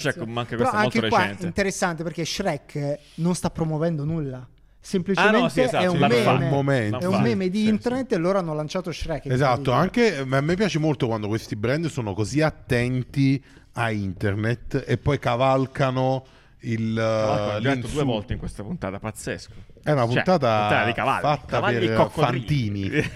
Shrek Cioè, manca Però questa è molto anche qua è recente. interessante perché Shrek non sta promuovendo nulla. Ah Semplicemente no, sì, esatto, è un l'hanno meme. fatto. È Momento. L'hanno un fatto. meme di Sì, sì. internet e loro hanno lanciato Shrek. Esatto, incredibile. anche a me piace molto quando questi brand sono così attenti a internet e poi cavalcano il Tra l'altro eh, l'abbiamo detto due l'insulto. volte in questa puntata, pazzesco. È una Cioè, puntata di cavalli, fatta cavalli per eh, e coccodrilli. Fantini.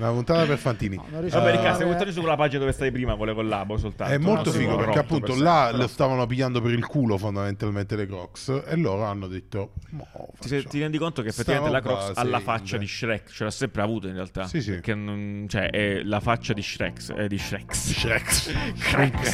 Una puntata per Fantini. No, non riesco Vabbè, Eh, Riccardo, vabbè. se vuoi torni sulla pagina dove stai prima, volevo collabo soltanto. Eh, È molto Non si figo può, perché rotto appunto per là sempre, lo però. stavano pigliando per il culo fondamentalmente le Crocs e loro hanno detto "Mo, Ti, facciamo". ti rendi conto che effettivamente la Sta roba Crocs ha la si faccia vende. di Shrek, ce l'ha sempre avuta in realtà. Sì, sì. Perché non- cioè, è la faccia di Shrek. È di Shrek. Shrek. Shrek.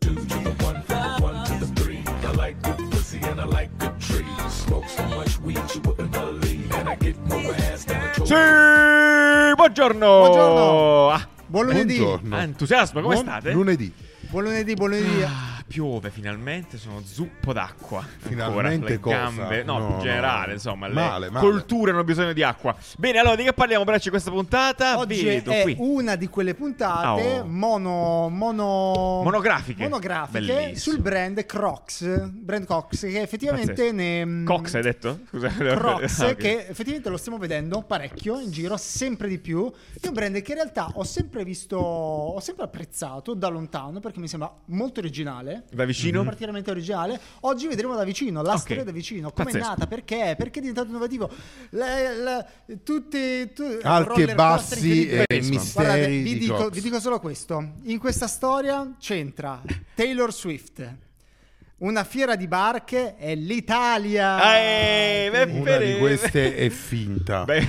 Two to the one, from the one to the three. I like good pussy and I like good trees. Smoke so much weed you wouldn't believe. And I get more ass than a Sì, toy. buongiorno. Buongiorno. Ah, Buon lunedì, Buongiorno. ah, entusiasmo, come Buon state? Lunedì. buon lunedì, buon lunedì. Ah, piove finalmente, sono zuppo d'acqua. Finalmente Ancora, le cosa? gambe, no, No, in generale, no. insomma, le Male, male. colture hanno bisogno di acqua. Bene, allora di che parliamo Bracci questa puntata? Oggi Vi vedo è qui. una di quelle puntate Oh. mono, mono- Monografiche. monografiche Bellissimo. sul brand Crocs. Brand Crocs che effettivamente Pazzesco. ne. mm, Cox hai detto? Scusa. Crocs Ah, ok. che effettivamente lo stiamo vedendo parecchio in giro, sempre di più. È un brand che in realtà ho sempre visto, ho sempre apprezzato da lontano perché mi sembra molto originale. Mm-hmm. Da vicino? Particolarmente originale. Oggi vedremo da vicino, la Ok. storia da vicino, come è Pazzesco. nata, perché, perché è diventato innovativo. Le- le- tutti tu- Alti roller coaster e bassi incredibili. e Bellissimo. misteri Guardate, vi di dico, Crocs. vi dico solo questo. In questa storia c'entra Taylor Swift. Una fiera di barche è l'Italia. Eh, beh, Una di queste è finta. Beh.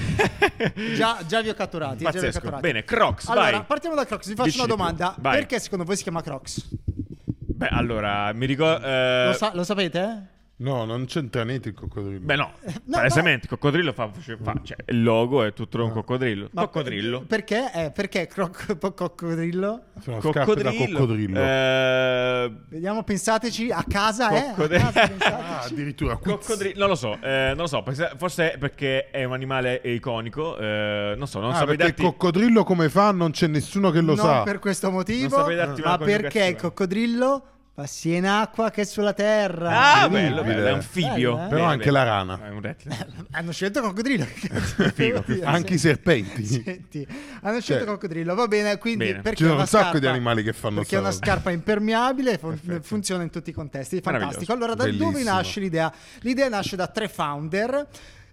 Già, già vi ho catturati. già vi ho Pazzesco. catturati. Bene, Crocs, Allora, vai. partiamo da Crocs. Vi faccio Dici una di più. domanda. Vai. Perché secondo voi si chiama Crocs? Beh, allora, mi eh, ricordo... Lo, sa- lo sapete? No, non c'entra niente il coccodrillo. Beh no, Eh, no. palesemente il coccodrillo fa, fa- cioè, il logo è tutto un coccodrillo. Ma- coccodrillo. Perché? Eh, perché croc- po- coccodrillo? Sono scarpe da coccodrillo. eh, Vediamo, pensateci a casa, eh? A Coccodrillo. casa, Ah, pensateci. addirittura quiz. coccodrillo- non lo so, eh, non lo so, perché- forse è perché è un animale iconico, eh, non so, non Ah, saprei perché darti... il coccodrillo come fa? Non c'è nessuno che lo non sa. per questo motivo, Non saprei darti una ma perché coniugazione. il coccodrillo va sia in acqua che sulla terra. Ah, bello, bello, è un Bello, figlio. eh? Però Bene, anche bene. la rana. È un rettile. Hanno scelto coccodrillo. figo, eh, più Anche i serpenti. Eh, Senti, hanno scelto Cioè- coccodrillo, va bene, quindi Bene. perché Ci sono una un sacco scarpa- di animali che fanno Perché è una sta roba. scarpa impermeabile, fun- funziona in tutti i contesti, fantastico. Meraviglioso. Allora da dove Bellissimo. nasce l'idea? L'idea nasce da tre founder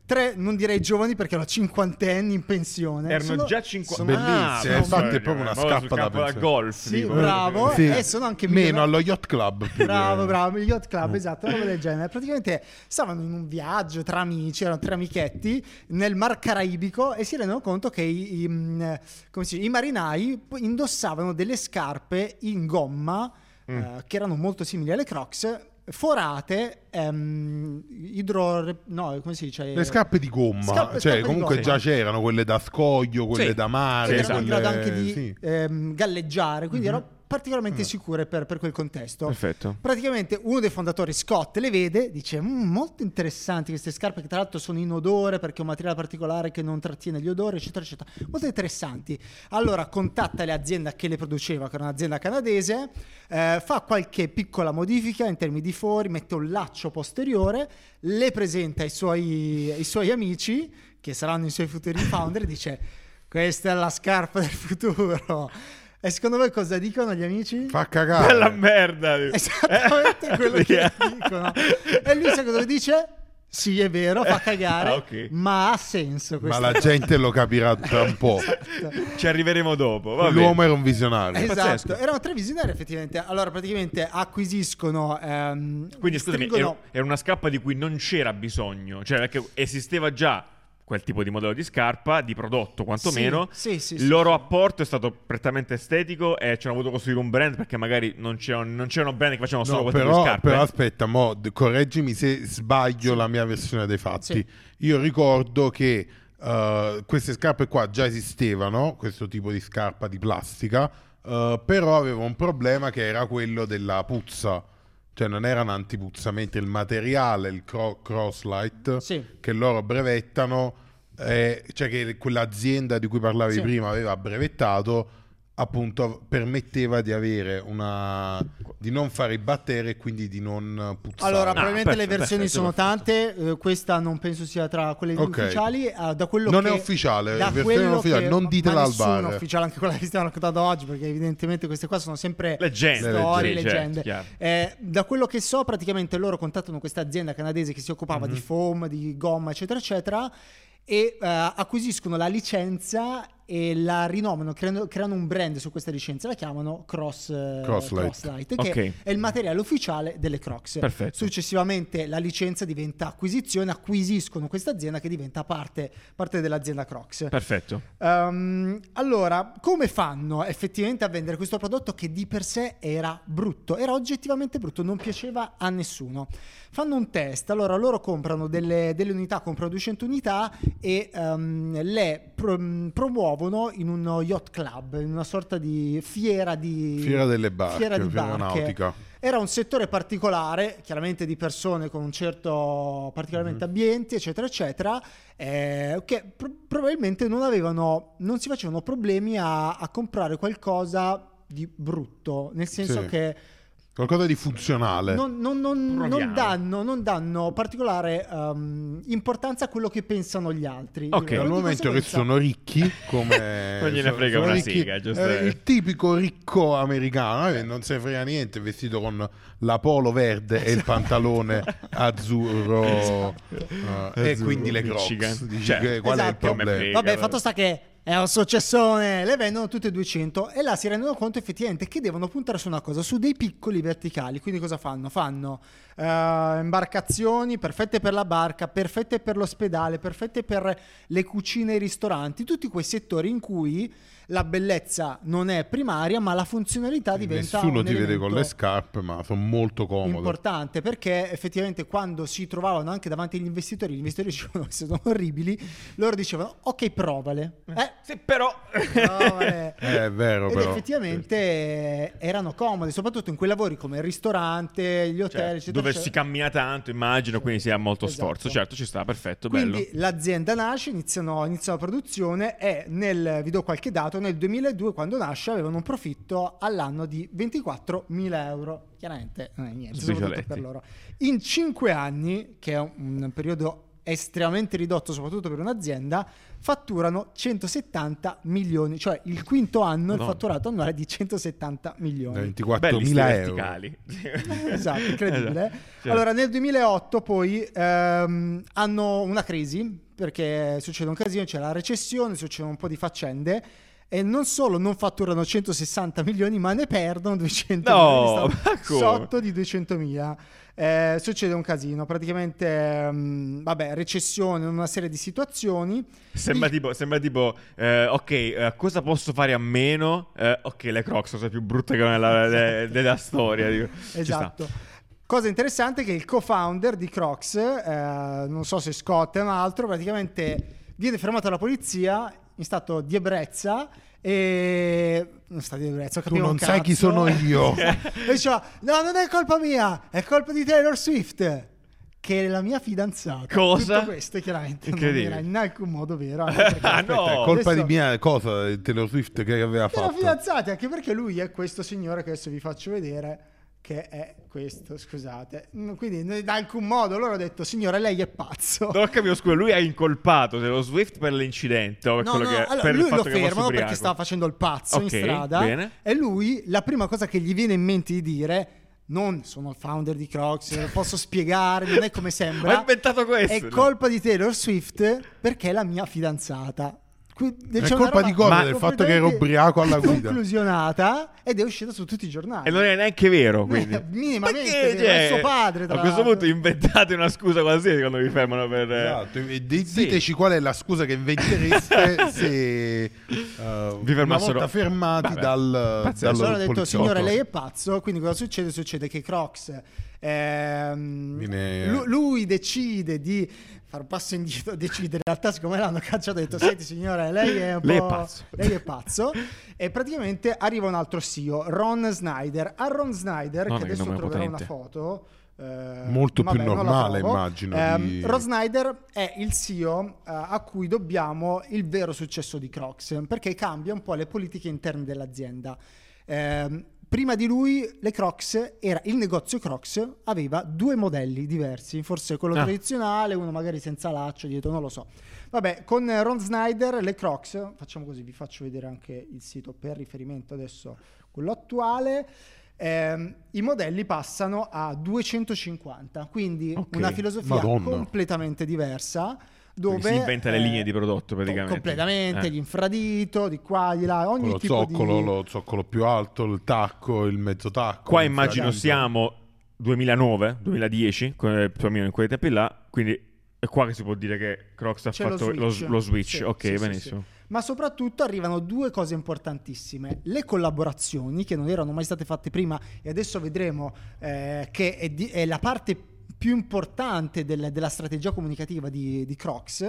Tre, non direi giovani perché erano cinquantenni in pensione. Erano Sono- già Ah, 50 sono- Bellissimo, è infatti è proprio una scappa da da pensiero. golf. Sì, tipo. bravo. eh, Sì. E sono anche Meno migliora- allo yacht club. più Bravo, che- bravo, il Yacht Club, eh. esatto, una roba del genere. Praticamente stavano in un viaggio tra amici, erano tre amichetti nel Mar Caraibico e si rendono conto che i, i, mm, come si dice, i marinai p- indossavano delle scarpe in gomma Mm. eh, che erano molto simili alle Crocs, forate ehm, idro no, come si dice? Le scarpe di gomma, Scarpe- cioè scarpe di comunque gomma. già c'erano quelle da scoglio, quelle Sì. da mare, che Sì, esatto. erano in quelle- grado anche di sì. Mm-hmm. Mm. ehm, galleggiare, quindi erano particolarmente sicure per, per quel contesto. Perfetto. Praticamente uno dei fondatori, Scott, le vede, dice "Mm, molto interessanti queste scarpe che tra l'altro sono in odore perché è un materiale particolare che non trattiene gli odori, eccetera, eccetera. Molto interessanti. Allora contatta l'azienda che le produceva, che era un'azienda canadese, eh, fa qualche piccola modifica in termini di fori, mette un laccio posteriore, le presenta ai suoi, ai suoi amici, che saranno i suoi futuri founder, e dice questa è la scarpa del futuro. E secondo voi cosa dicono gli amici? Fa cagare. Bella merda. dico. Eh? Esattamente quello che Sì. dicono. E lui sa cosa dice? Sì, è vero, fa cagare, Ah, ok. ma ha senso Ma questo. la gente lo capirà tra un po'. Ci arriveremo dopo. va bene. L'uomo era un visionario. Esatto, pazzesco. erano tre visionari effettivamente. Allora, praticamente acquisiscono. ehm, Quindi scusami, stringono- era, era una scarpa di cui non c'era bisogno, cioè perché esisteva già quel tipo di modello di scarpa, di prodotto quantomeno. Sì, sì, sì, Il loro apporto è stato prettamente estetico e ci hanno voluto costruire un brand perché magari non c'erano, non c'erano brand che facevano solo No, quel tipo di però, scarpe. eh. però aspetta, mo, d- correggimi se sbaglio la mia versione dei fatti. Sì. Io ricordo che eh, queste scarpe qua già esistevano, questo tipo di scarpa di plastica, eh, però aveva un problema che era quello della puzza. Cioè non erano antipuzza, mentre il materiale, il cro- crosslight, Sì. che loro brevettano, eh, cioè che quell'azienda di cui parlavi Sì. prima aveva brevettato, appunto permetteva di avere una di non fare i batteri e quindi di non puzzare. Allora, Ah, probabilmente le perfetto, versioni perfetto, sono tante. eh, questa non penso sia tra quelle Ok. ufficiali. eh, da quello Non che- è ufficiale, da versione quello non ufficiale, che- non ma ditela al nessuno bar. è ufficiale, anche quella che stiamo raccontando oggi, perché evidentemente queste qua sono sempre Leggende, storie, sì, certo, leggende. chiaro. Eh, da quello che so, praticamente loro contattano questa azienda canadese che si occupava Mhm. di foam, di gomma, eccetera, eccetera, e eh, acquisiscono la licenza e la rinomano, creano, creano un brand su questa licenza, la chiamano Cross, eh, Crosslight. Crosslight, che Ok. è il materiale ufficiale delle Crocs. Perfetto. Successivamente la licenza diventa acquisizione, acquisiscono questa azienda che diventa parte, parte dell'azienda Crocs. Perfetto. Ehm, allora, come fanno effettivamente a vendere questo prodotto che di per sé era brutto? Era oggettivamente brutto, non piaceva a nessuno. Fanno un test, allora loro comprano delle, delle unità, comprano 200 unità e ehm, le pro- promuovono in uno yacht club, in una sorta di fiera di... Fiera delle barche, fiera di fiera barche. nautica. Era un settore particolare, chiaramente di persone con un certo particolarmente Mhm. ambienti, eccetera, eccetera, eh, che pr- probabilmente non avevano, non si facevano problemi a, a comprare qualcosa di brutto, nel senso Sì. che Qualcosa di funzionale. non, non- non- non Proviamo. danno, non danno particolare ehm, importanza a quello che pensano gli altri. Ok. Di Dal momento che conseguenza- sono ricchi, come Non gliene so- frega sono una ricchi, siga, giusto, eh, eh. il tipico ricco americano eh, non se ne frega niente, vestito con la polo verde e il Esatto. pantalone azzurro, eh, e Azzurro, quindi le Crocs. Michigan. Dici Certo. che- qual è il Esatto. Sì, problema? Vabbè, cavolo. fatto sta che è un successone, le vendono tutte e 200 e là si rendono conto effettivamente che devono puntare su una cosa, su dei piccoli verticali. Quindi cosa fanno? Fanno eh, imbarcazioni perfette per la barca, perfette per l'ospedale, perfette per le cucine e i ristoranti, tutti quei settori in cui la bellezza non è primaria, ma la funzionalità diventa Nessuno un ti vede con elemento le scarpe, ma sono molto comodo. importante perché effettivamente quando si trovavano anche davanti agli investitori, gli investitori dicevano che sono orribili, loro dicevano ok provale. Eh, Sì, però... provale. Eh, è vero, Ed però. effettivamente eh, erano comode, soprattutto in quei lavori come il ristorante, gli hotel, Cioè, eccetera, dove eccetera. si cammina tanto, immagino, quindi si ha molto Esatto. sforzo. Certo, ci sta, perfetto, Quindi bello. l'azienda nasce, iniziano, inizia la produzione e nel, vi do qualche dato, nel 2002 quando nasce avevano un profitto all'anno di 24.000 euro. Chiaramente non è niente, soprattutto Sbricioletti. per loro. In 5 anni, che è un periodo estremamente ridotto soprattutto per un'azienda, fatturano 170 milioni, cioè il quinto anno il Madonna. fatturato annuale è di 170 milioni. Belli sti 24.000 euro. verticali. Esatto, incredibile. Esatto, certo. Allora, nel 2008 poi ehm, hanno una crisi perché succede un casino, c'è la recessione, succedono un po' di faccende e non solo non fatturano 160 milioni, ma ne perdono 200 No, milioni, stanno ma come? sotto di 200 mila. Eh, succede un casino, praticamente, ehm, vabbè, recessione, una serie di situazioni. Sembra tipo, sembra tipo eh, ok, eh, cosa posso fare a meno? Eh, ok, le Crocs sono più brutte che nella, de- della storia. dico. Ci sta. Esatto. Cosa interessante è che il co-founder di Crocs, eh, non so se Scott è un altro, praticamente viene fermato dalla polizia in stato di ebbrezza e... Non sta di ebbrezza, Tu capivo non un sai chi cazzo. sono io. e diceva, no, non è colpa mia, è colpa di Taylor Swift. Che è la mia fidanzata. Cosa? Tutto questo chiaramente non Incredibile. era in alcun modo vero. anche perché- Ah, no! Aspetta, è colpa di mia cosa, Taylor Swift che aveva Però fatto. fidanzati, anche perché lui è questo signore che adesso vi faccio vedere, che è questo, scusate. Mm, Quindi in in alcun modo loro hanno detto, signore, lei è pazzo. Non ho capito, scusa, lui ha incolpato Taylor Swift per l'incidente o per No, quello no, che, allora per il lui fatto lo che fosse fermano perché ubriaco. stava facendo il pazzo in Ok, strada bene. e lui la prima cosa che gli viene in mente di dire non sono il founder di Crocs, lo posso spiegare, non è come sembra. Ho inventato questo, È no? colpa di Taylor Swift perché è la mia fidanzata. Quindi, È c'è una colpa roba di Gordon, del fatto che era completamente ubriaco alla guida. Conclusionata ed è uscita su tutti i giornali. E non è neanche vero, No, quindi. minimamente Perché, vero, è suo padre, tra A questo l'altro. punto inventate una scusa qualsiasi quando vi fermano per... eh, Esatto, e di- sì. diteci qual è la scusa che inventereste se eh, una fermassero. volta fermati Vabbè, dal, pazzesco. dal Allora ho detto, poliziotto. signore, lei è pazzo. Quindi cosa succede? Succede che Crocs Ehm, Viene- lu- lui decide di fare un passo indietro, decide in realtà siccome l'hanno cacciato ha detto senti signore lei è un Lei è po'- pazzo." lei è pazzo." e praticamente arriva un altro CEO, Ron Snyder. A Ron Snyder, Madonna, che che adesso nome troverò una potente. foto. eh, Molto più non la normale, trovo. immagino, Ehm, di- Ron Snyder è il CEO eh, a cui dobbiamo il vero successo di Crocs perché cambia un po' le politiche interne dell'azienda. Ehm, prima di lui, le Crocs era il negozio Crocs aveva due modelli diversi, forse quello Ah. tradizionale, uno magari senza laccio dietro, non lo so. Vabbè, con eh, Ron Snyder le Crocs, facciamo così, vi faccio vedere anche il sito per riferimento adesso, quello attuale. Ehm, I modelli passano a 250, quindi Ok, una filosofia Madonna. completamente diversa. Dove Quindi si inventa le eh, linee di prodotto, praticamente. Completamente, Eh. gli infradito, di qua, di là, ogni Con lo tipo zoccolo, di... lo zoccolo più alto, il tacco, il mezzo tacco. Qua il immagino fradito. siamo 2009, 2010, que- più o meno in quei tempi là, quindi è qua che si può dire che Crocs ha C'è lo fatto lo lo switch. switch. Sì, ok, sì, sì, benissimo. Ma soprattutto arrivano due cose importantissime: le collaborazioni che non erano mai state fatte prima, e adesso vedremo eh, che è, di- è la parte più importante del- della strategia comunicativa di, di Crocs,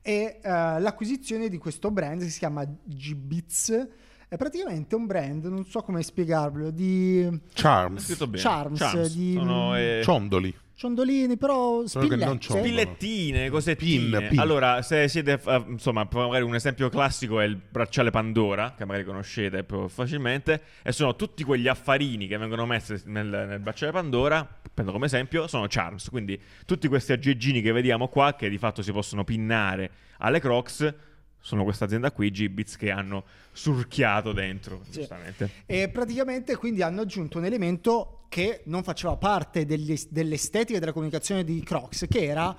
e eh, l'acquisizione di questo brand che si chiama Gbits. È praticamente un brand, non so come spiegarvelo, di È Charms. scritto bene. Charms, di- Sono, eh, Ciondoli. ciondolini, però Solo che non spillette. ciondolo. Spillettine, cosettine. Pin, pin. Allora, se siete, eh, insomma, magari un esempio classico è il bracciale Pandora, che magari conoscete più facilmente, e sono tutti quegli affarini che vengono messi nel, nel bracciale Pandora, prendo come esempio, sono charms, quindi tutti questi aggeggini che vediamo qua, che di fatto si possono pinnare alle Crocs, sono questa azienda qui, Gibbits, che hanno surchiato dentro, Sì. giustamente. E praticamente quindi hanno aggiunto un elemento che non faceva parte degli- dell'estetica della comunicazione di Crocs, che era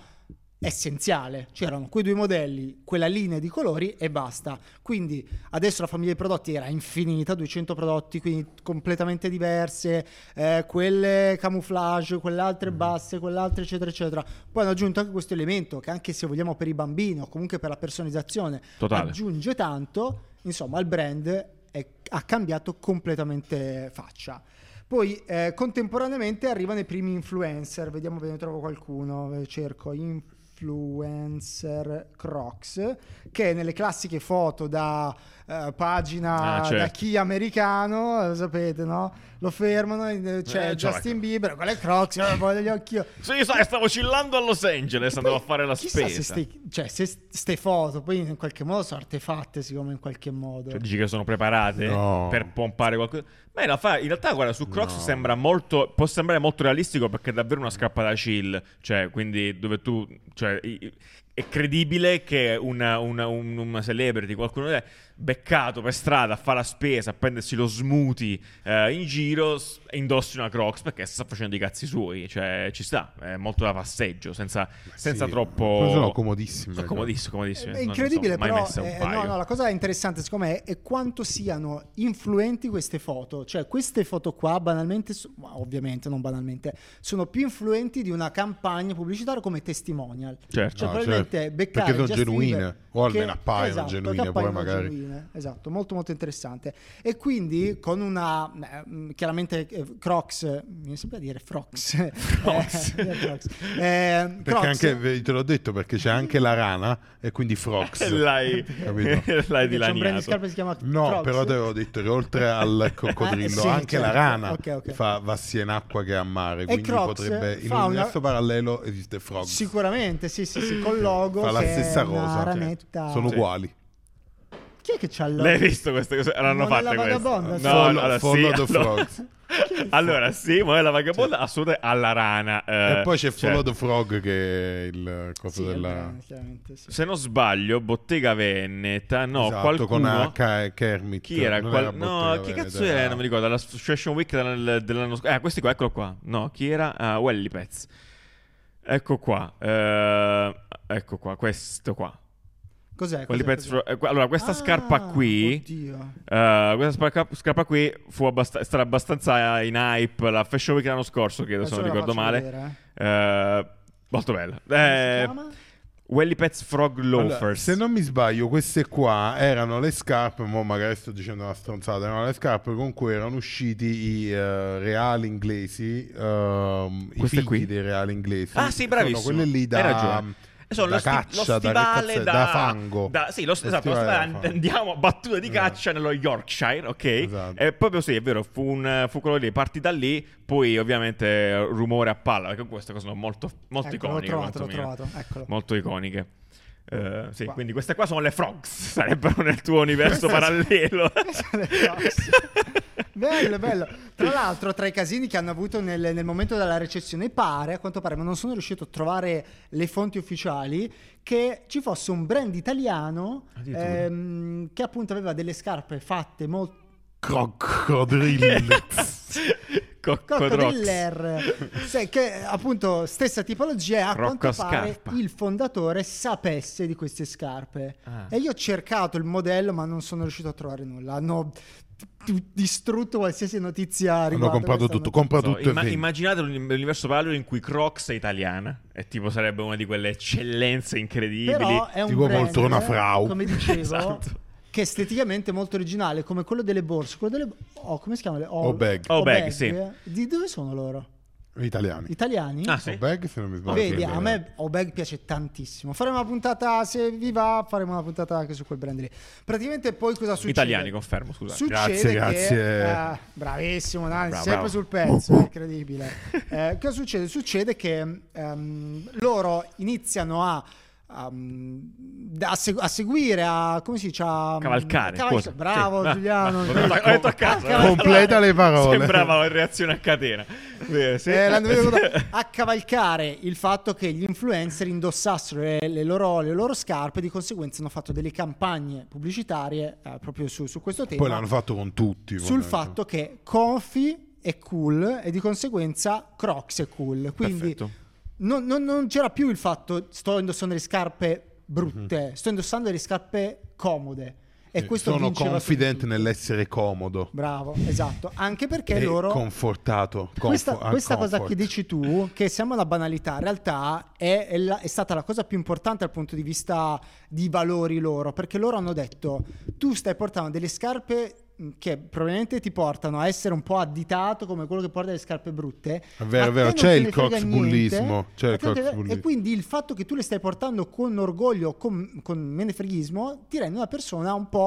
essenziale. C'erano quei due modelli, quella linea di colori e basta. Quindi adesso la famiglia di prodotti era infinita, 200 prodotti, quindi completamente diverse, eh, quelle camouflage, quelle altre basse, quelle altre eccetera eccetera. Poi hanno aggiunto anche questo elemento che anche se vogliamo per i bambini o comunque per la personalizzazione Totale. aggiunge tanto, insomma il brand è- ha cambiato completamente faccia. Poi eh, contemporaneamente arrivano i primi influencer, vediamo se ne trovo qualcuno, eh, cerco influencer Crocs, che nelle classiche foto da eh, pagina Ah, certo. da chi americano, eh, lo sapete no? Lo fermano, eh, c'è Eh, ciao, Justin ecco. Bieber, qual è Crocs? Eh, voglio gli occhi. Sì, sai, stavo chillando a Los Angeles, andavo a Poi, fare la chissà spesa. Se ste, cioè, se ste foto poi in qualche modo sono artefatte, siccome in qualche modo. Cioè, dici che sono preparate No. per pompare qualcosa? Ma in realtà, in realtà, guarda, su Crocs No. sembra molto. Può sembrare molto realistico perché è davvero una scarpa da chill. Cioè, quindi dove tu. Cioè, i- i- è credibile che una, una- un- una celebrity, qualcuno è beccato per strada a fare la spesa, a prendersi lo smoothie eh, in giro, s- indossi una Crocs perché sta facendo i cazzi suoi. Cioè, ci sta, è molto da passeggio, senza, senza Sì. troppo. Poi sono comodissime, Sono però. comodissime, comodissime. cioè. È Non ne sono incredibile, mai però. messe un eh, paio. no, no, la cosa interessante, secondo me, è quanto siano influenti queste foto. Cioè, queste foto qua, banalmente, so- ma ovviamente non banalmente, sono più influenti di una campagna pubblicitaria come testimonial. Certo. Cioè, No, probabilmente certo. beccare Perché sono Justin genuine, Bieber, o almeno appaiono esatto, che genuine, poi appaiono magari. genuine, Esatto, molto molto interessante. E quindi con una, eh, mh, chiaramente eh, Crocs, eh, mi sembra dire Frox. Eh, Crocs. via Crocs. Eh, Crocs. Perché anche, ve- te l'ho detto, perché c'è anche la rana e quindi Frox. l'hai, Capito? l'hai Perché c'è un brand di dilaniato. scarpe che si chiama No, Crocs. però te avevo detto che oltre al coccodrillo, Eh, sì, anche certo. la rana Ok, ok. Fa, va sia in acqua che a mare. Quindi Crocs potrebbe. In fa un una- universo parallelo esiste Frog. Sicuramente, sì, sì, sì, col logo Fa la che cioè, è stessa una cosa. cioè, ranetta. Sono Sì. uguali. Chi è che c'ha il logo? L'hai visto queste cose? L'hanno Moella fatte Vagabonda, queste. sì. No, Follow- allora sì, follow the allora- frogs. Allora sì, ma è la vagabonda assolutamente alla rana. eh, e poi c'è cioè, Follow the Frog che è il coso Sì, è della. brand, chiaramente, sì. Se non sbaglio, Bottega Veneta, no, esatto, qualcuno... con H e Kermit. Chi era? Non Qual- Bottega no, chi Veneta, cazzo era? Non mi ricordo. La Fashion Week del- dell'anno scorso. Eh, questi qua, eccolo qua. No, chi era? Ah, Welly Pets. Ecco qua. eh, ecco qua, questo qua. Cos'è? Welly cos'è, Pets cos'è? Ro- eh, allora, questa Ah, scarpa qui... Oddio. Eh, questa sparca- scarpa qui fu abbast- stata abbastanza in hype la Fashion Week l'anno scorso, credo, Adesso se non ve la ricordo faccio male. vedere, eh. Eh, molto bella. Come si Eh, chiama? Welly Pets Frog Allora, Loafers. se non mi sbaglio, queste qua erano le scarpe. Mo magari sto dicendo una stronzata. Erano le scarpe con cui erano usciti i eh, reali inglesi. ehm, I Queste figli qui? dei reali inglesi. Ah, sì, Sono bravissimo. quelle lì da, Hai ragione. E Eh, sono da lo sti- caccia, lo stivale da, da, cazzo- da fango. da- sì, lo, st- esatto, lo stivale, da fango. andiamo a battuta di Esatto. caccia nello Yorkshire, ok? Esatto. E Eh, proprio sì, è vero, fu, un, fu quello lì, parti da lì, poi ovviamente rumore a palla, perché queste cose sono molto, molto Ecco, iconiche. L'ho trovato, l'ho quantomeno. trovato. Eccolo. Molto iconiche. Eh, sì, Esatto. Qua. quindi queste qua sono le frogs, sarebbero nel tuo universo parallelo. Queste sono le frogs. Bello, bello. Tra l'altro, tra i casini che hanno avuto nel, nel momento della recessione, pare, a quanto pare, ma non sono riuscito a trovare le fonti ufficiali, che ci fosse un brand italiano Ah, Addirittura. ehm, che appunto aveva delle scarpe fatte molto... Crocodrilli. Coccodriller, Sai, che appunto stessa tipologia e a Rocco quanto pare Scarpa. il fondatore sapesse di queste scarpe. Ah. E io ho cercato il modello ma non sono riuscito a trovare nulla. Hanno t- t- distrutto qualsiasi notizia Hanno riguardo comprato questa tutto, notizia. compra So, tutto e imma- vendi. immaginate un l'universo parallelo in cui Crocs è italiana e tipo sarebbe una di quelle eccellenze incredibili. Però è un Tipo brand, Poltrona Frau. come dicevo, Esatto. che esteticamente è molto originale, come quello delle borse, quello delle oh, come si chiamano? Oh, bag. Oh, bag, sì. eh. Di dove sono loro? Italiani. Italiani? Ah, sì. O bag, se non mi sbaglio. Vedi, a me Obeg piace tantissimo. Faremo una puntata, se vi va, faremo una puntata anche su quel brand lì. Praticamente poi cosa succede? Italiani, confermo, scusate. Succede che- Grazie, grazie. Uh. eh, bravissimo, Nani, Bravo, bravo. sempre sul pezzo, è incredibile. Eh, cosa succede? Succede che ehm, loro iniziano a, ehm, a segu- a seguire, a come si dice? A, Cavalcare, cavalca- cosa? bravo Sì, va, Giuliano. va. Ho detto- ho detto a caso, Cavalcare. Completa le parole. eh. Sembrava una reazione a catena. Eh, sì. Eh, l'hanno venuto a cavalcare il fatto che gli influencer indossassero le, le loro, le loro scarpe, di conseguenza hanno fatto delle campagne pubblicitarie eh, proprio su, su questo tema. Poi l'hanno fatto con tutti. sul fondamentalmente. fatto che Confi è cool e di conseguenza Crocs è cool. Quindi Perfetto. non, non- non c'era più il fatto sto indossando le scarpe brutte, sto indossando le scarpe comode. E Mhm. Sì, questo Sono vinceva su confident tutto. nell'essere comodo. Bravo, esatto. Anche perché e loro confortato. questa, confo- ah, questa cosa comfort. che dici tu, che sembra una banalità, in realtà è, è la- è stata la cosa più importante dal punto di vista di valori loro, perché loro hanno detto tu stai portando delle scarpe mh, che probabilmente ti portano a essere un po' additato come quello che porta le scarpe brutte. È vero, A è te vero, non c'è te il ne frega coxbullismo, niente, c'è il a te non te ne- E coxbullismo. quindi il fatto che tu le stai portando con orgoglio, con, con menefreghismo, ti rende una persona un po'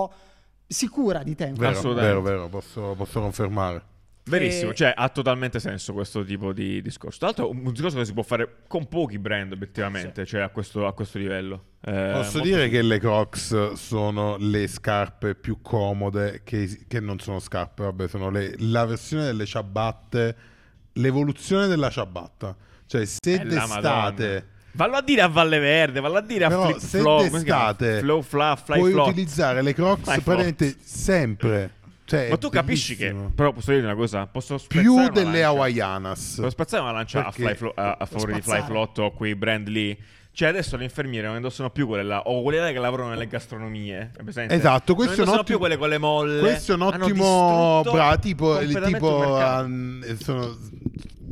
sicura di te. in qualche Vero, Assolutamente. vero, vero, posso, posso confermare. Verissimo, E- cioè ha totalmente senso questo tipo di discorso. Tra l'altro, un discorso che si può fare con pochi brand, obiettivamente, cioè a questo, a questo livello. Eh, posso molto- dire che le Crocs sono le scarpe più comode che, es- che non sono scarpe, vabbè, sono le- la versione delle ciabatte, l'evoluzione della ciabatta. Cioè, se Bella d'estate... Eh, Madonna. Vallo a dire a Valle Verde, vallo a dire a Però Flip se Flow. come si chiama? d'estate Flow, fla, fly, puoi flop. utilizzare le Crocs Fly flop. praticamente sempre. Cioè, Ma è tu capisci che, bellissimo. però posso dire una cosa, posso spezzare più una delle lancia. Hawaiianas. Posso spazzare una lancia a, Perché- fly Flo- a- a favore di Spazzare. Fly Flot o a quei brand lì? Cioè adesso le infermiere non indossano più quelle là, o quelle là che lavorano nelle gastronomie. è presente? Esatto, questo non è un indossano ottimo, più quelle con le molle. Questo è un Hanno ottimo distrutto bra, tipo, il completamente tipo, il mercato. ehm, sono-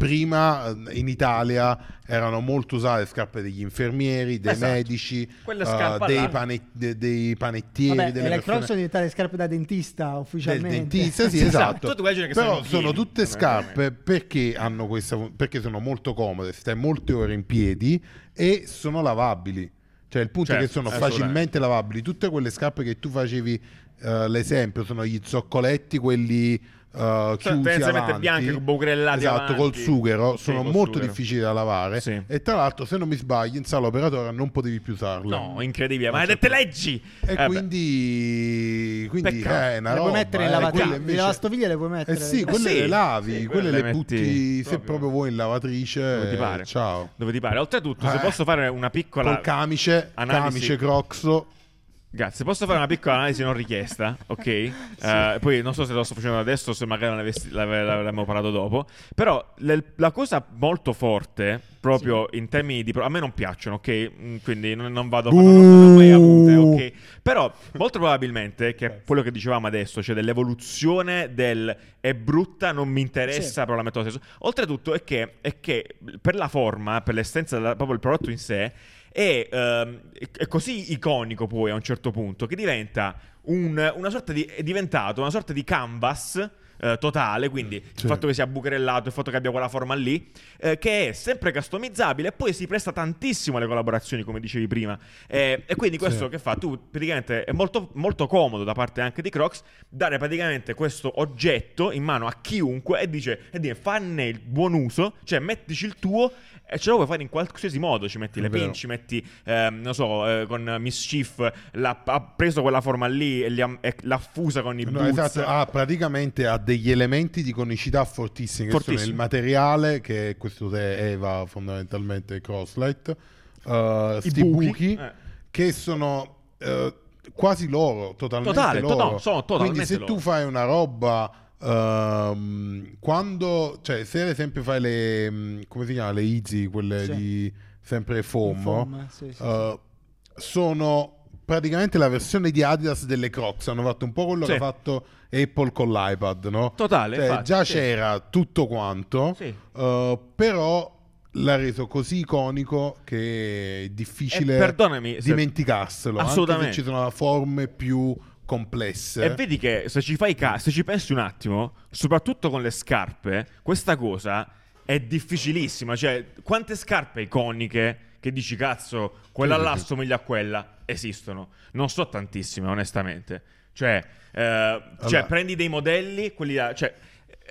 prima eh, in Italia erano molto usate le scarpe degli infermieri, dei Esatto. medici, Quella eh, scarpa là. dei, pane- de- dei panettieri, Vabbè, delle le persone- Crocs sono diventate le scarpe da dentista del ufficialmente. dentista, sì, Esatto, esatto. tutte quelle che sono Però in sono piedi, tutte scarpe fondamentalmente. perché hanno questa perché sono molto comode, stai molte ore in piedi e sono lavabili. Cioè il punto è che Certo, sono assolutamente. facilmente lavabili. Tutte quelle scarpe che tu facevi eh, l'esempio sono gli zoccoletti, quelli eh, chiusi Cioè, tendenzialmente avanti, bianche, con bugrellati esatto, col avanti. sughero, Sì, sono col molto sughero. difficili da lavare Sì. e tra l'altro se non mi sbaglio in sala operatoria non potevi più usarla. No, incredibile, Non ma c'è te più. leggi! E Eh beh. quindi, quindi Peccato. eh, è una Le puoi roba, mettere in eh, lavata- quelle le lavastoviglie le puoi mettere. Eh sì, Eh quelle sì, le lavi, sì, quelle quelle le le butti metti se proprio- proprio vuoi in lavatrice. Dove ti pare. eh, Ciao. Dove ti pare. Oltretutto, se Eh, posso fare una piccola... Col camice, analisi- camice croxo. Grazie, posso fare una piccola analisi non richiesta, ok? Eh, poi non so se lo sto facendo adesso, se magari non l'avessi- l'ave- l'ave- l'avremmo parlato dopo, però le- la cosa molto forte proprio in termini di... pro- A me non piacciono, ok? Mm, Quindi non, non vado a Buh. fare mai avute, ok? Però molto probabilmente che è quello che dicevamo adesso, cioè dell'evoluzione del è brutta, non mi interessa, però la metto lo stesso. Oltretutto è che, è che per la forma, per l'essenza, della- proprio il prodotto in sé, è, ehm, è così iconico poi a un certo punto che diventa un- una sorta di... è diventato una sorta di canvas... eh, totale, quindi Sì. il fatto che sia bucherellato, il fatto che abbia quella forma lì, eh, che è sempre customizzabile e poi si presta tantissimo alle collaborazioni, come dicevi prima. Eh, e quindi questo Sì. che fa? Tu praticamente è molto, molto comodo da parte anche di Crocs dare praticamente questo oggetto in mano a chiunque e dice, e dire, fanne il buon uso, cioè mettici il tuo e ce lo puoi fare in qualsiasi modo, ci metti È le vero. pin, ci metti, ehm, non so, eh, con Mischief, l'ha, ha preso quella forma lì e, li ha- e l'ha fusa con i No, boots. esatto, ha praticamente ha degli elementi di conicità fortissimi, che sono Fortissimi. il materiale, che è questo te Eva fondamentalmente Crosslight, uh, I sti buchi, eh. che sono eh, quasi loro, totalmente Totale, to- loro. no, sono totalmente Quindi se loro. tu fai una roba ehm, quando cioè se ad esempio fai le mh, come si chiama le easy quelle Sì. di sempre foam, Foam, sì, sì, sì. eh, sono praticamente la versione di Adidas delle Crocs hanno fatto un po' quello Sì. che ha fatto Apple con l'iPad no? Totale, Cioè, infatti, già sì. c'era tutto quanto Sì. eh, però l'ha reso così iconico che è difficile E Eh, perdonami se- dimenticarselo Assolutamente. anche se ci sono forme più complesse E vedi che se ci fai ca- se ci pensi un attimo, soprattutto con le scarpe, questa cosa è difficilissima. Cioè, quante scarpe iconiche che dici cazzo, quella Sì, sì, là sì. assomiglia a quella, esistono. Non so tantissime, onestamente. Cioè, eh, cioè, prendi dei modelli, quelli là, cioè,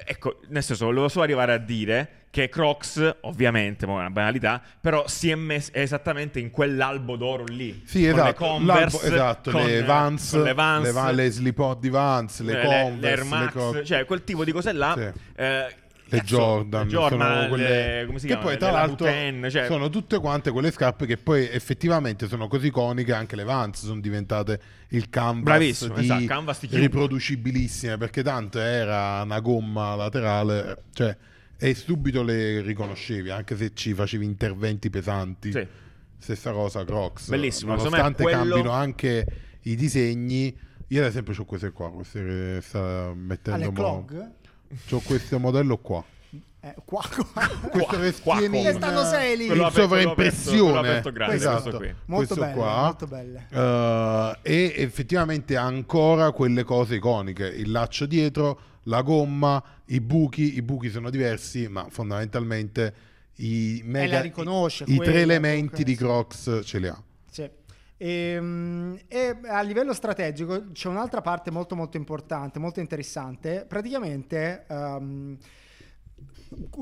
ecco, nel senso, volevo solo arrivare a dire che Crocs, ovviamente, ma è una banalità, però si è messa esattamente in quell'albo d'oro lì. Sì, con esatto, le l'albo- Converse, esatto, con, le eh, Vans, con le, Vans, va- le slip-on di Vans, le, eh, Converse, le Air Max, Crocs. cioè quel tipo di cose là. Sì. eh, le cazzo, Jordan, le Jordan, sono quelle le- come si che chiama? poi tra l'altro cioè, sono tutte quante quelle scarpe che poi effettivamente sono così iconiche anche le Vans sono diventate il canvas Bravissimo, di, esatto, canvas di chiunque. riproducibilissime perché tanto era una gomma laterale cioè e subito le riconoscevi anche se ci facevi interventi pesanti Sì. stessa cosa Crocs Bellissimo, secondo me nonostante quello- cambino anche i disegni io ad esempio ho queste qua queste che sta mettendo Alle mo- Ah, clog? C'ho questo modello qua Eh, qua, questo Qua- vestino qua in- come? Stanno sei lì. in Quello aperto- quello sovraimpressione aperto- quello aperto grande, Esatto. questo qui. Molto Questo belle, qua. molto belle. Eh, e effettivamente ha ancora quelle cose iconiche il laccio dietro la gomma i buchi i buchi sono diversi ma fondamentalmente i, mega- la riconosce, i, i quella, tre elementi comunque, di sì. Crocs ce li ha Sì. Ehm, E, a livello strategico c'è un'altra parte molto molto importante, molto interessante. Praticamente ehm,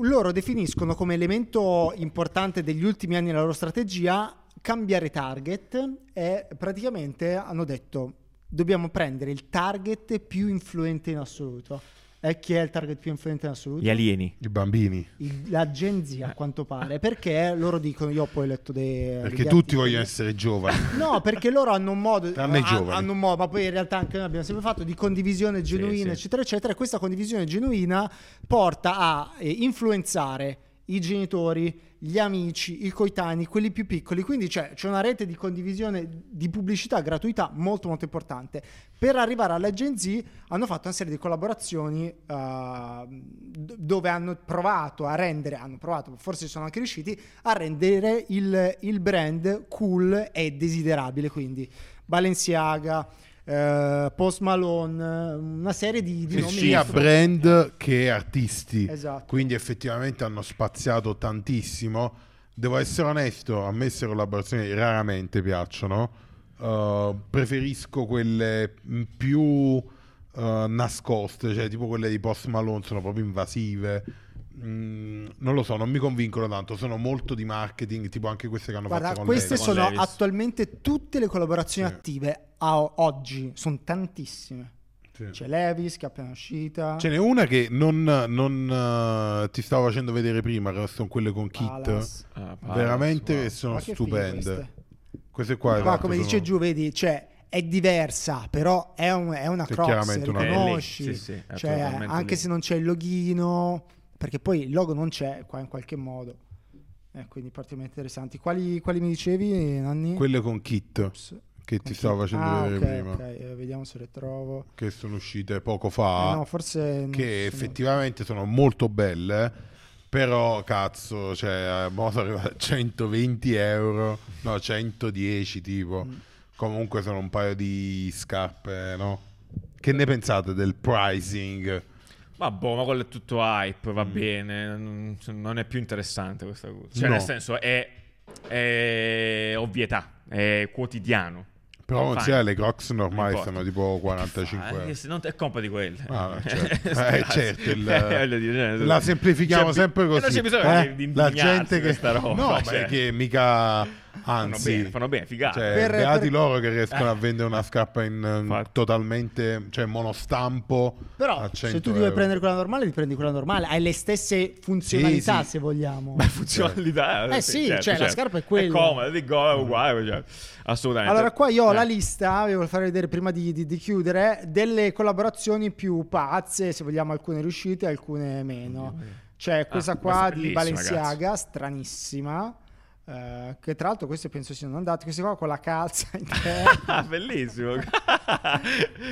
loro definiscono come elemento importante degli ultimi anni della loro strategia cambiare target e praticamente hanno detto dobbiamo prendere il target più influente in assoluto. E chi è il target più influente in assoluto? Gli alieni. i bambini Il- la Gen Z a quanto pare, perché loro dicono, io ho poi letto dei... perché degli tutti articoli- vogliono essere giovani No, perché loro hanno un modo, Tranne i ha- giovani. hanno un modo, ma poi in realtà anche noi abbiamo sempre fatto di condivisione genuina, sì. eccetera, eccetera. E questa condivisione genuina porta a eh, influenzare i genitori, gli amici, i coetanei, quelli più piccoli. Quindi c'è, c'è una rete di condivisione di pubblicità gratuita molto molto importante. Per arrivare alla Gen Z hanno fatto una serie di collaborazioni eh, d- dove hanno provato a rendere, hanno provato, forse ci sono anche riusciti, a rendere il, il brand cool e desiderabile. Quindi Balenciaga, eh, Post Malone, una serie di, di Sì, nomi. sia brand che artisti. Esatto. Quindi effettivamente hanno spaziato tantissimo. Devo essere onesto, a me queste collaborazioni raramente piacciono. Eh, preferisco quelle m- più eh, nascoste, cioè tipo quelle di Post Malone sono proprio invasive. Mm, non lo so, non mi convincono tanto. Sono molto di marketing, tipo anche queste che hanno Guarda, fatto con queste Levi's. con sono Levi's. attualmente tutte le collaborazioni Sì. attive a o- oggi, sono tantissime. Sì. C'è Levis che è appena uscita. Ce n'è una che non, non, eh, ti stavo facendo vedere prima, che sono quelle con Kit. Palace. Ah, pazzo, Veramente guarda. sono Ma che fighe stupende. queste. Queste qua, Qua, esatto, come sono- dice Giù, vedi, cioè, è diversa, però è, un- è una Sì, cross, chiaramente una- riconosci. È Eh, lì, sì, sì, è Cioè, totalmente anche lì. se non c'è il loghino, perché poi il logo non c'è qua in qualche modo. È Eh, quindi particolarmente interessanti. Quali, quali mi dicevi, Nanni? Quelle con Kit Ops. che ti stavo facendo Ah, vedere ok, prima, ok, eh, vediamo se le trovo. che sono uscite poco Eh, fa, no, forse non Ah, che sono- effettivamente sono molto belle. Però cazzo, cioè, mo sono arrivate a 120 euro, no, 110 tipo. Mm. Comunque sono un paio di scarpe, no? Che ne pensate del pricing? Ma boh, ma quello è tutto hype, Mm. va bene. Non non è più interessante questa cosa. Cioè, No. nel senso, è, è ovvietà, è quotidiano. Però Non non fa- sia le Crocs normali Non importa. stanno tipo Che fa? 45 Eh, euro. se non- è colpa di quelle. Ah, certo. Eh, Grazie. certo, il- Eh, voglio dire, cioè, la semplifichiamo c'è bi- sempre eh, così. Non c'è bisogno eh? di la indignarsi gente di che questa roba. cioè. No, ma è che mica anzi bene, fanno bene, figata. Eh. Cioè, Per- beati per- loro che riescono a vendere una scarpa in eh, Infatti. totalmente, cioè monostampo Però a 100 se tu devi euro. prendere quella normale, ti prendi quella normale. Hai le stesse funzionalità, Sì, sì. se vogliamo. Ma funzionalità. certo, Eh sì, cioè, la scarpa è quella. È comoda, di go, è uguale, cioè, assolutamente. Allora, qua io ho Eh. la lista, vi voglio fare vedere prima di, di- di chiudere, delle collaborazioni più pazze, se vogliamo alcune riuscite, alcune meno. C'è questa qua questa è di eh. Ah, bellissima, Balenciaga, stranissima, eh, che tra l'altro queste penso siano andate, queste qua con la calza interna. Ah, bellissimo.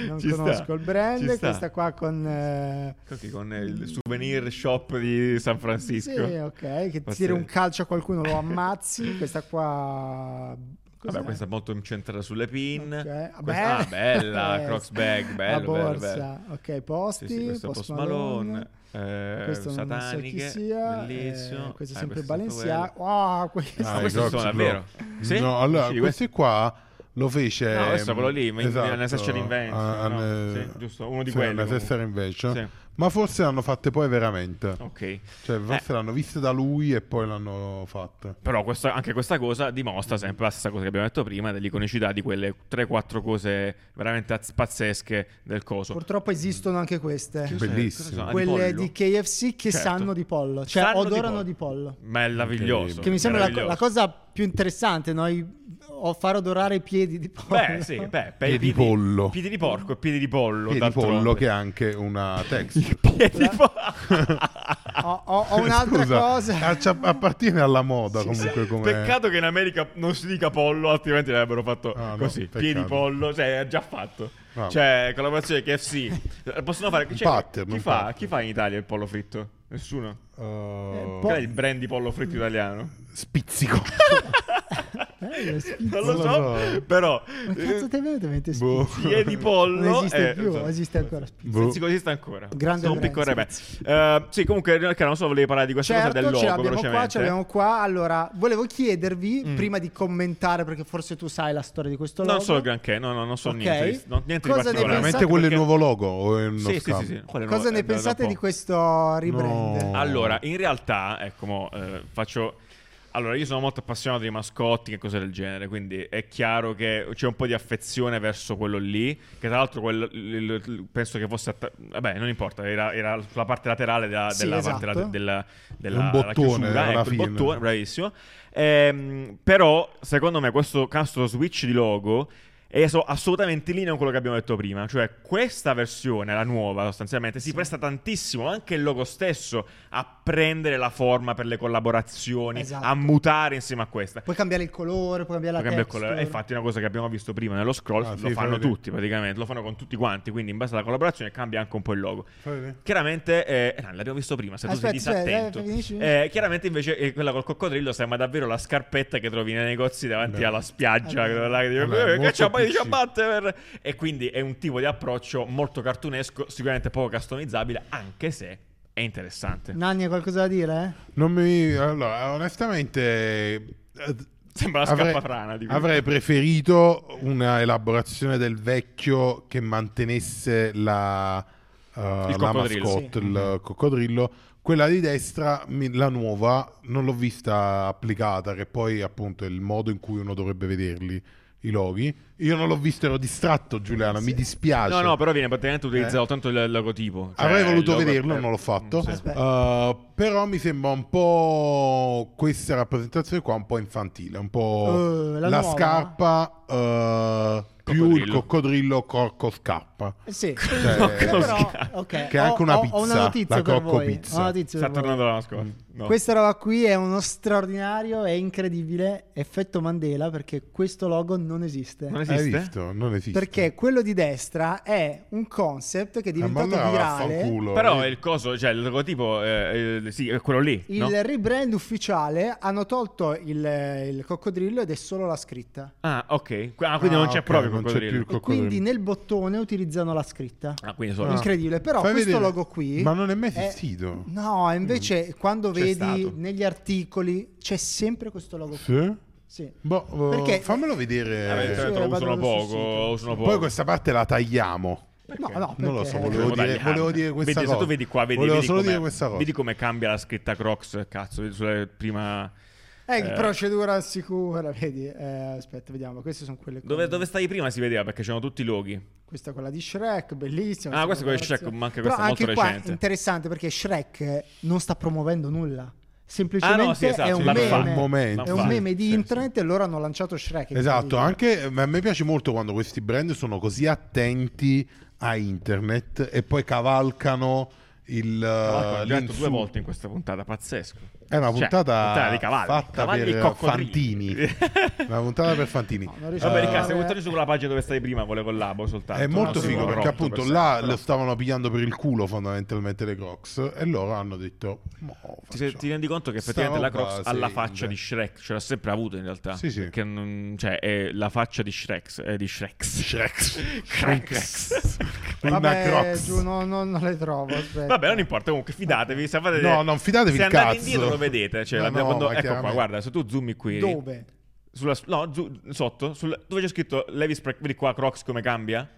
Non Ci sta, conosco il ci brand, sta. questa qua con... eh, Ok, Con il souvenir shop di San sì, Francisco. ok, che Forse- tira un calcio a qualcuno lo ammazzi, questa qua... Vabbè, cos'è? questa è molto incentrata sulle pin. Ok, vabbè. Questa- ah, bella, Crocs bag, la bello, bello, borsa, bello. ok, posti, Sì, sì, questo è Post Post Malone. eh, questo non so chi sataniche, sia, bellissimo. eh, questo è Ah, sempre quello. Balenciaga. oh, Wow, questo Ah, i questi Crocs sono davvero? blu. Sì? No, allora, Sì, questi qua lo fece No, questo è quello lì, ma in- nella Session Invention, a- no? a- Sì, giusto, uno di sì, quelli, nella comunque. Session Invention. Sì. Ma forse l'hanno fatte poi veramente. Ok. Eh. Cioè, forse l'hanno viste da lui e poi l'hanno fatte. Però questa- anche questa cosa dimostra sempre la stessa cosa che abbiamo detto prima, dell'iconicità di quelle 3-4 cose veramente az- pazzesche del coso. Purtroppo esistono anche queste. Cosa è- Bellissimo. cosa Certo. sono? Ah, Quelle pollo? di KFC che Certo. sanno di pollo, cioè Sanno di odorano pollo. di pollo. Meraviglioso. Che mi sembra la, co- meraviglioso. la cosa più interessante, no? I- o far odorare i piedi di pollo. Beh, sì, beh, Piedi di pollo. Piedi di porco e piedi di pollo. Piedi d'altronde. pollo che è anche una texture. Piedi di pollo. Ho, ho- ho un'altra Scusa, cosa. accia- Ah, appartiene alla moda comunque come Peccato che in America non si dica pollo, altrimenti l'avrebbero fatto Ah, no, così. peccato. Piedi pollo, cioè è già fatto. Bravo. Cioè, collaborazione KFC. Possono fare... Cioè, pattern, chi, un fa, pattern. chi fa in Italia il pollo fritto? Nessuno. Uh, Qual è il brand di pollo fritto italiano? spizzico. Eh, lo spizzi. Non lo Non so, lo so. però... eh, Ma che cazzo te avete mentre Boh. spizzi? Piedi pollo... Non esiste eh, più, so. esiste ancora spizzi. Boh. Sì, esiste ancora. Grande Sono un brand, piccolo sì. rebelle. Eh, sì, comunque, Riccardo, non so, volevi parlare di questa Certo, cosa del logo ce l'abbiamo qua, velocemente. Mm. ce l'abbiamo qua. Allora, volevo chiedervi, prima di commentare, perché forse tu sai la storia di questo logo. Non so granché, no, no, non so Ok. niente, di- no, niente Cosa di ne particolare. pensate? Veramente quello è il Perché- nuovo logo o è uno Sì, sì, scam? sì, sì. Qual è il nuovo- Cosa è ne da- da pensate un di po'. questo rebrand? No. Allora, in realtà, ecco, mo, eh, faccio... Allora, io sono molto appassionato di mascotti e cose del genere, quindi è chiaro che c'è un po' di affezione verso quello lì, che tra l'altro quel- il- il- penso che fosse... atta- vabbè, non importa, era, era sulla parte laterale della... Sì, della, esatto. della, della- della- Un bottone, la chiusura, alla ecco, il fine. bottone, bravissimo. Ehm, però, secondo me, questo castro switch di logo è so- assolutamente in linea con quello che abbiamo detto prima. Cioè, questa versione, la nuova, sostanzialmente, si presta tantissimo, anche il logo stesso, a prendere la forma per le collaborazioni, Esatto. a mutare insieme a questa. Puoi cambiare il colore, puoi cambiare la Cambia il texture. colore. E infatti è una cosa che abbiamo visto prima nello scroll, Ah, lo sì, fanno fai vedere. tutti praticamente, lo fanno con tutti quanti, quindi in base alla collaborazione cambia anche un po' il logo. Fai vedere. Chiaramente, eh, eh, no, l'abbiamo visto prima, se Aspetta, tu sei disattento. aspetta, eh, finisci? Eh, chiaramente invece eh, quella col coccodrillo sembra davvero la scarpetta che trovi nei negozi davanti Beh. alla spiaggia. Vabbè. quella là che dici, Vabbè, "Eh, che molto c'è un paio di PC. ciabatte per-" E quindi è un tipo di approccio molto cartunesco, sicuramente poco customizzabile, anche se è interessante. Nanni, hai qualcosa da dire? Non mi... Allora, onestamente... eh, Sembra la avrei- scappafrana di cui- avrei preferito una elaborazione del vecchio che mantenesse la, eh, la coccodrillo. Mm-hmm. mascotte, Sì. il coccodrillo. Quella di destra, mi- la nuova, non l'ho vista applicata, che poi appunto è il modo in cui uno dovrebbe vederli, i loghi. Io non l'ho visto, ero distratto Giuliano, mi dispiace. No, no, però viene praticamente utilizzato tanto il logotipo. Cioè, Eh. Avrei il voluto logo è vederlo, per- non l'ho fatto. Sì. Aspetta. Uh, però mi sembra un po' questa rappresentazione qua un po' infantile, un po' Eh, la la nuova? scarpa uh, più il coccodrillo. coccodrillo Corco Scappa. Eh, Sì, Cioè, Però, Oscar. ok, Che è anche ho- una ho- pizza, Ho una notizia la per Cocco voi. Pizza. Ho una notizia Sta per voi. tornando l'anno scorso. Mm. No. Questa roba qui è uno straordinario, è incredibile effetto Mandela perché questo logo non esiste. Non Hai esiste? visto? Non esiste. Perché quello di destra è un concept che è Eh, ma diventato allora virale. vaffanculo. Però il coso, cioè il logotipo, eh, eh, sì, è quello lì. Il no? rebrand ufficiale hanno tolto il, il coccodrillo ed è solo la scritta. Ah, ok. Qu- Ah, quindi Ah, non c'è ok, proprio non c'è coccodrillo. più il E quindi nel bottone utilizzano la scritta. Ah, quindi solo. Ah. Incredibile, però Fai questo vedere. logo qui. Ma non è mai Mm. esistito. No, invece quando C'è vedi stato. negli articoli c'è sempre questo logo qui. Sì? Sì. Boh, eh, Perché- fammelo vedere. Vabbè, certo. sì, tra l'altro vado lo usano poco, sul sito. lo usano poco. Poi questa parte la tagliamo. No, no, Non lo perché- so, volevo Potremmo dire, tagliarla. volevo dire questa vedi, cosa. Se tu vedi qua, vedi, volevo vedi solo come, dire questa cosa. vedi come cambia la scritta Crocs, cazzo, vedi sulla prima... Eh, Eh. procedura sicura, vedi. Eh, aspetta, vediamo. Queste sono quelle. Dove, con- dove stavi prima si vedeva perché c'erano tutti i loghi. Questa è quella di Shrek, bellissima. Ah, questa questa è quella di Shrek, colorazione. ma anche Però questa è molto anche qua recente. È interessante perché Shrek non sta promuovendo nulla. Ah Semplicemente no, sì, esatto. è un l'hanno meme. fatto. È un momento. È L'hanno un fatto. meme di Sì, sì. internet e loro hanno lanciato Shrek. è Esatto, incredibile. anche a me piace molto quando questi brand sono così attenti a internet e poi cavalcano il Tra l'altro, eh, l'abbiamo detto due l'insulto. volte in questa puntata, pazzesco. È una Cioè, puntata, di cavalli, fatta cavalli e per eh, coccodrilli. Fantini. una puntata per Fantini. No, non riesco Vabbè, Eh, Riccardo, se vabbè. vuoi tornare sulla pagina dove stai prima, volevo il labo soltanto. È molto No, sì, figo no, perché rotto appunto per là sempre, lo però. stavano pigliando per il culo fondamentalmente le Crocs e loro hanno detto "Mo, Ti, facciamo". ti rendi conto che effettivamente la Stavo Crocs quasi ha la faccia in- di Shrek, ce l'ha sempre avuta in realtà. Sì, sì. Perché non- cioè, è la faccia di Shrek, è di Shrek. Shrek. Shrek. Una Vabbè, Crocs. giù, no, no, non le trovo. Aspetta. Vabbè, non importa, comunque fidatevi, se fate- No, non Se fidatevi il andate cazzo. indietro lo vedete, cioè, No, l'abbiamo- no, quando- ma ecco qua, chiaramente. guarda, se tu zoomi qui Dove? Sulla, no, giù- sotto, sul- dove c'è scritto Levis, Pre- vedi qua Crocs come cambia?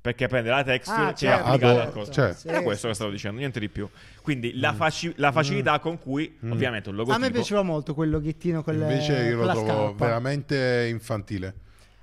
Perché prende la texture Ah, e certo, applica certo, al coso. certo. Era questo che stavo dicendo, niente di più. Quindi la, Mm. faci- la facilità con cui, ovviamente, un logotipo... A me piaceva molto quel loghettino con, le- Invece io con lo la trovo scarpa. veramente infantile.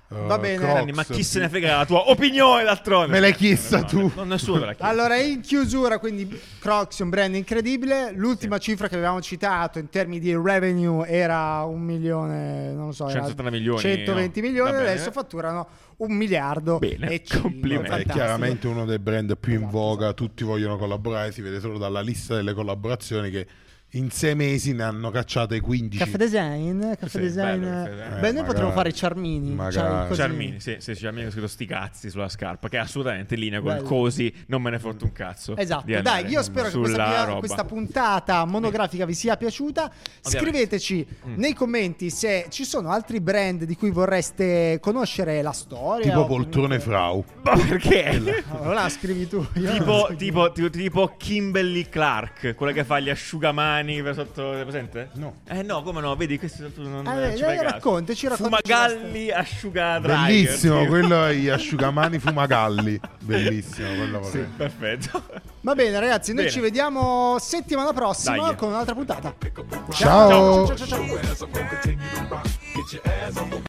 Eh, Va bene, Crocs, Nanni, ma chi se ne frega la tua opinione d'altronde? Me l'hai chiesta tu. no, nessuno te l'ha chiesta. Allora, in chiusura, quindi Crocs è un brand incredibile. L'ultima cifra che avevamo citato in termini di revenue era un milione, non lo so, era 170 milioni, 120 no? milioni, Va bene. adesso fatturano un miliardo Bene, e cinque. complimenti. È Fantastico. chiaramente uno dei brand più in Esatto, voga, tutti vogliono collaborare, si vede solo dalla lista delle collaborazioni che in sei mesi ne hanno cacciate 15. Caffè design, caffè Sì, design. bello, caffè design. Beh, Eh, noi magari. potremmo fare i Charmini. Magari. cioè, così. Charmini, sì, sì, Charmini ha scritto sti cazzi sulla scarpa, che è assolutamente in linea con Bello. cosi, non me ne fotte un cazzo. Ecco, di Esatto, andare dai, io spero che sulla questa, prima- roba. questa puntata monografica vi sia piaciuta. Scriveteci Mm. nei commenti se ci sono altri brand di cui vorreste conoscere la storia. Tipo o comunque- poltrone frau. Ma perché? Allora la scrivi tu. io non so Tipo, chi- tipo, tipo, tipo Kimberly Clark, quella che fa gli asciugamani per sotto. è presente? No. Eh no, come no? Vedi, questo tu non Eh, eh, dai, ci fai caso. raccontaci, raccontaci la Fumagalli asciugadrager. Bellissimo, tipo. quello è gli asciugamani fumagalli. Bellissimo, quello vorrei. Perfetto. Va bene, ragazzi, noi Bene. ci vediamo settimana prossima Dai. con un'altra puntata. Ciao. ciao, ciao, ciao. Your ass, I'm gonna continue to rock. Get your ass on the